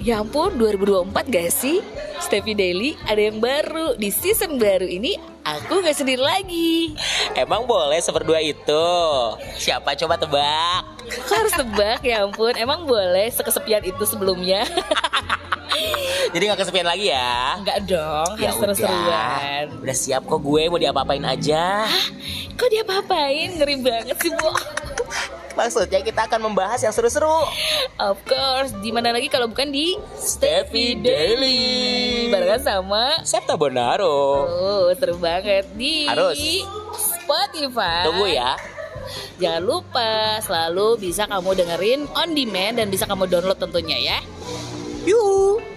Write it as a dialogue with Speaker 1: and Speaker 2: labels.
Speaker 1: Ya ampun, 2024 gak sih? Stevie Daily ada yang baru di season baru ini. Aku gak sendiri lagi.
Speaker 2: Emang boleh seberdua itu? Siapa coba tebak?
Speaker 1: Kok harus tebak ya ampun. Emang boleh sekesepian itu sebelumnya?
Speaker 2: Jadi nggak kesepian lagi ya?
Speaker 1: Enggak dong, harus seru-seruan.
Speaker 2: Udah siap kok gue mau diapa-apain aja.
Speaker 1: Kok dia apain? Ngeri banget sih, Bu.
Speaker 2: Maksudnya kita akan membahas yang seru-seru.
Speaker 1: Of course, di mana lagi kalau bukan di
Speaker 2: Stevie Daily.
Speaker 1: barengan sama
Speaker 2: Septa Bonaro.
Speaker 1: Oh, seru banget di
Speaker 2: Harus.
Speaker 1: Spotify.
Speaker 2: Tunggu ya.
Speaker 1: Jangan lupa selalu bisa kamu dengerin on demand dan bisa kamu download tentunya ya.
Speaker 2: Yuhu.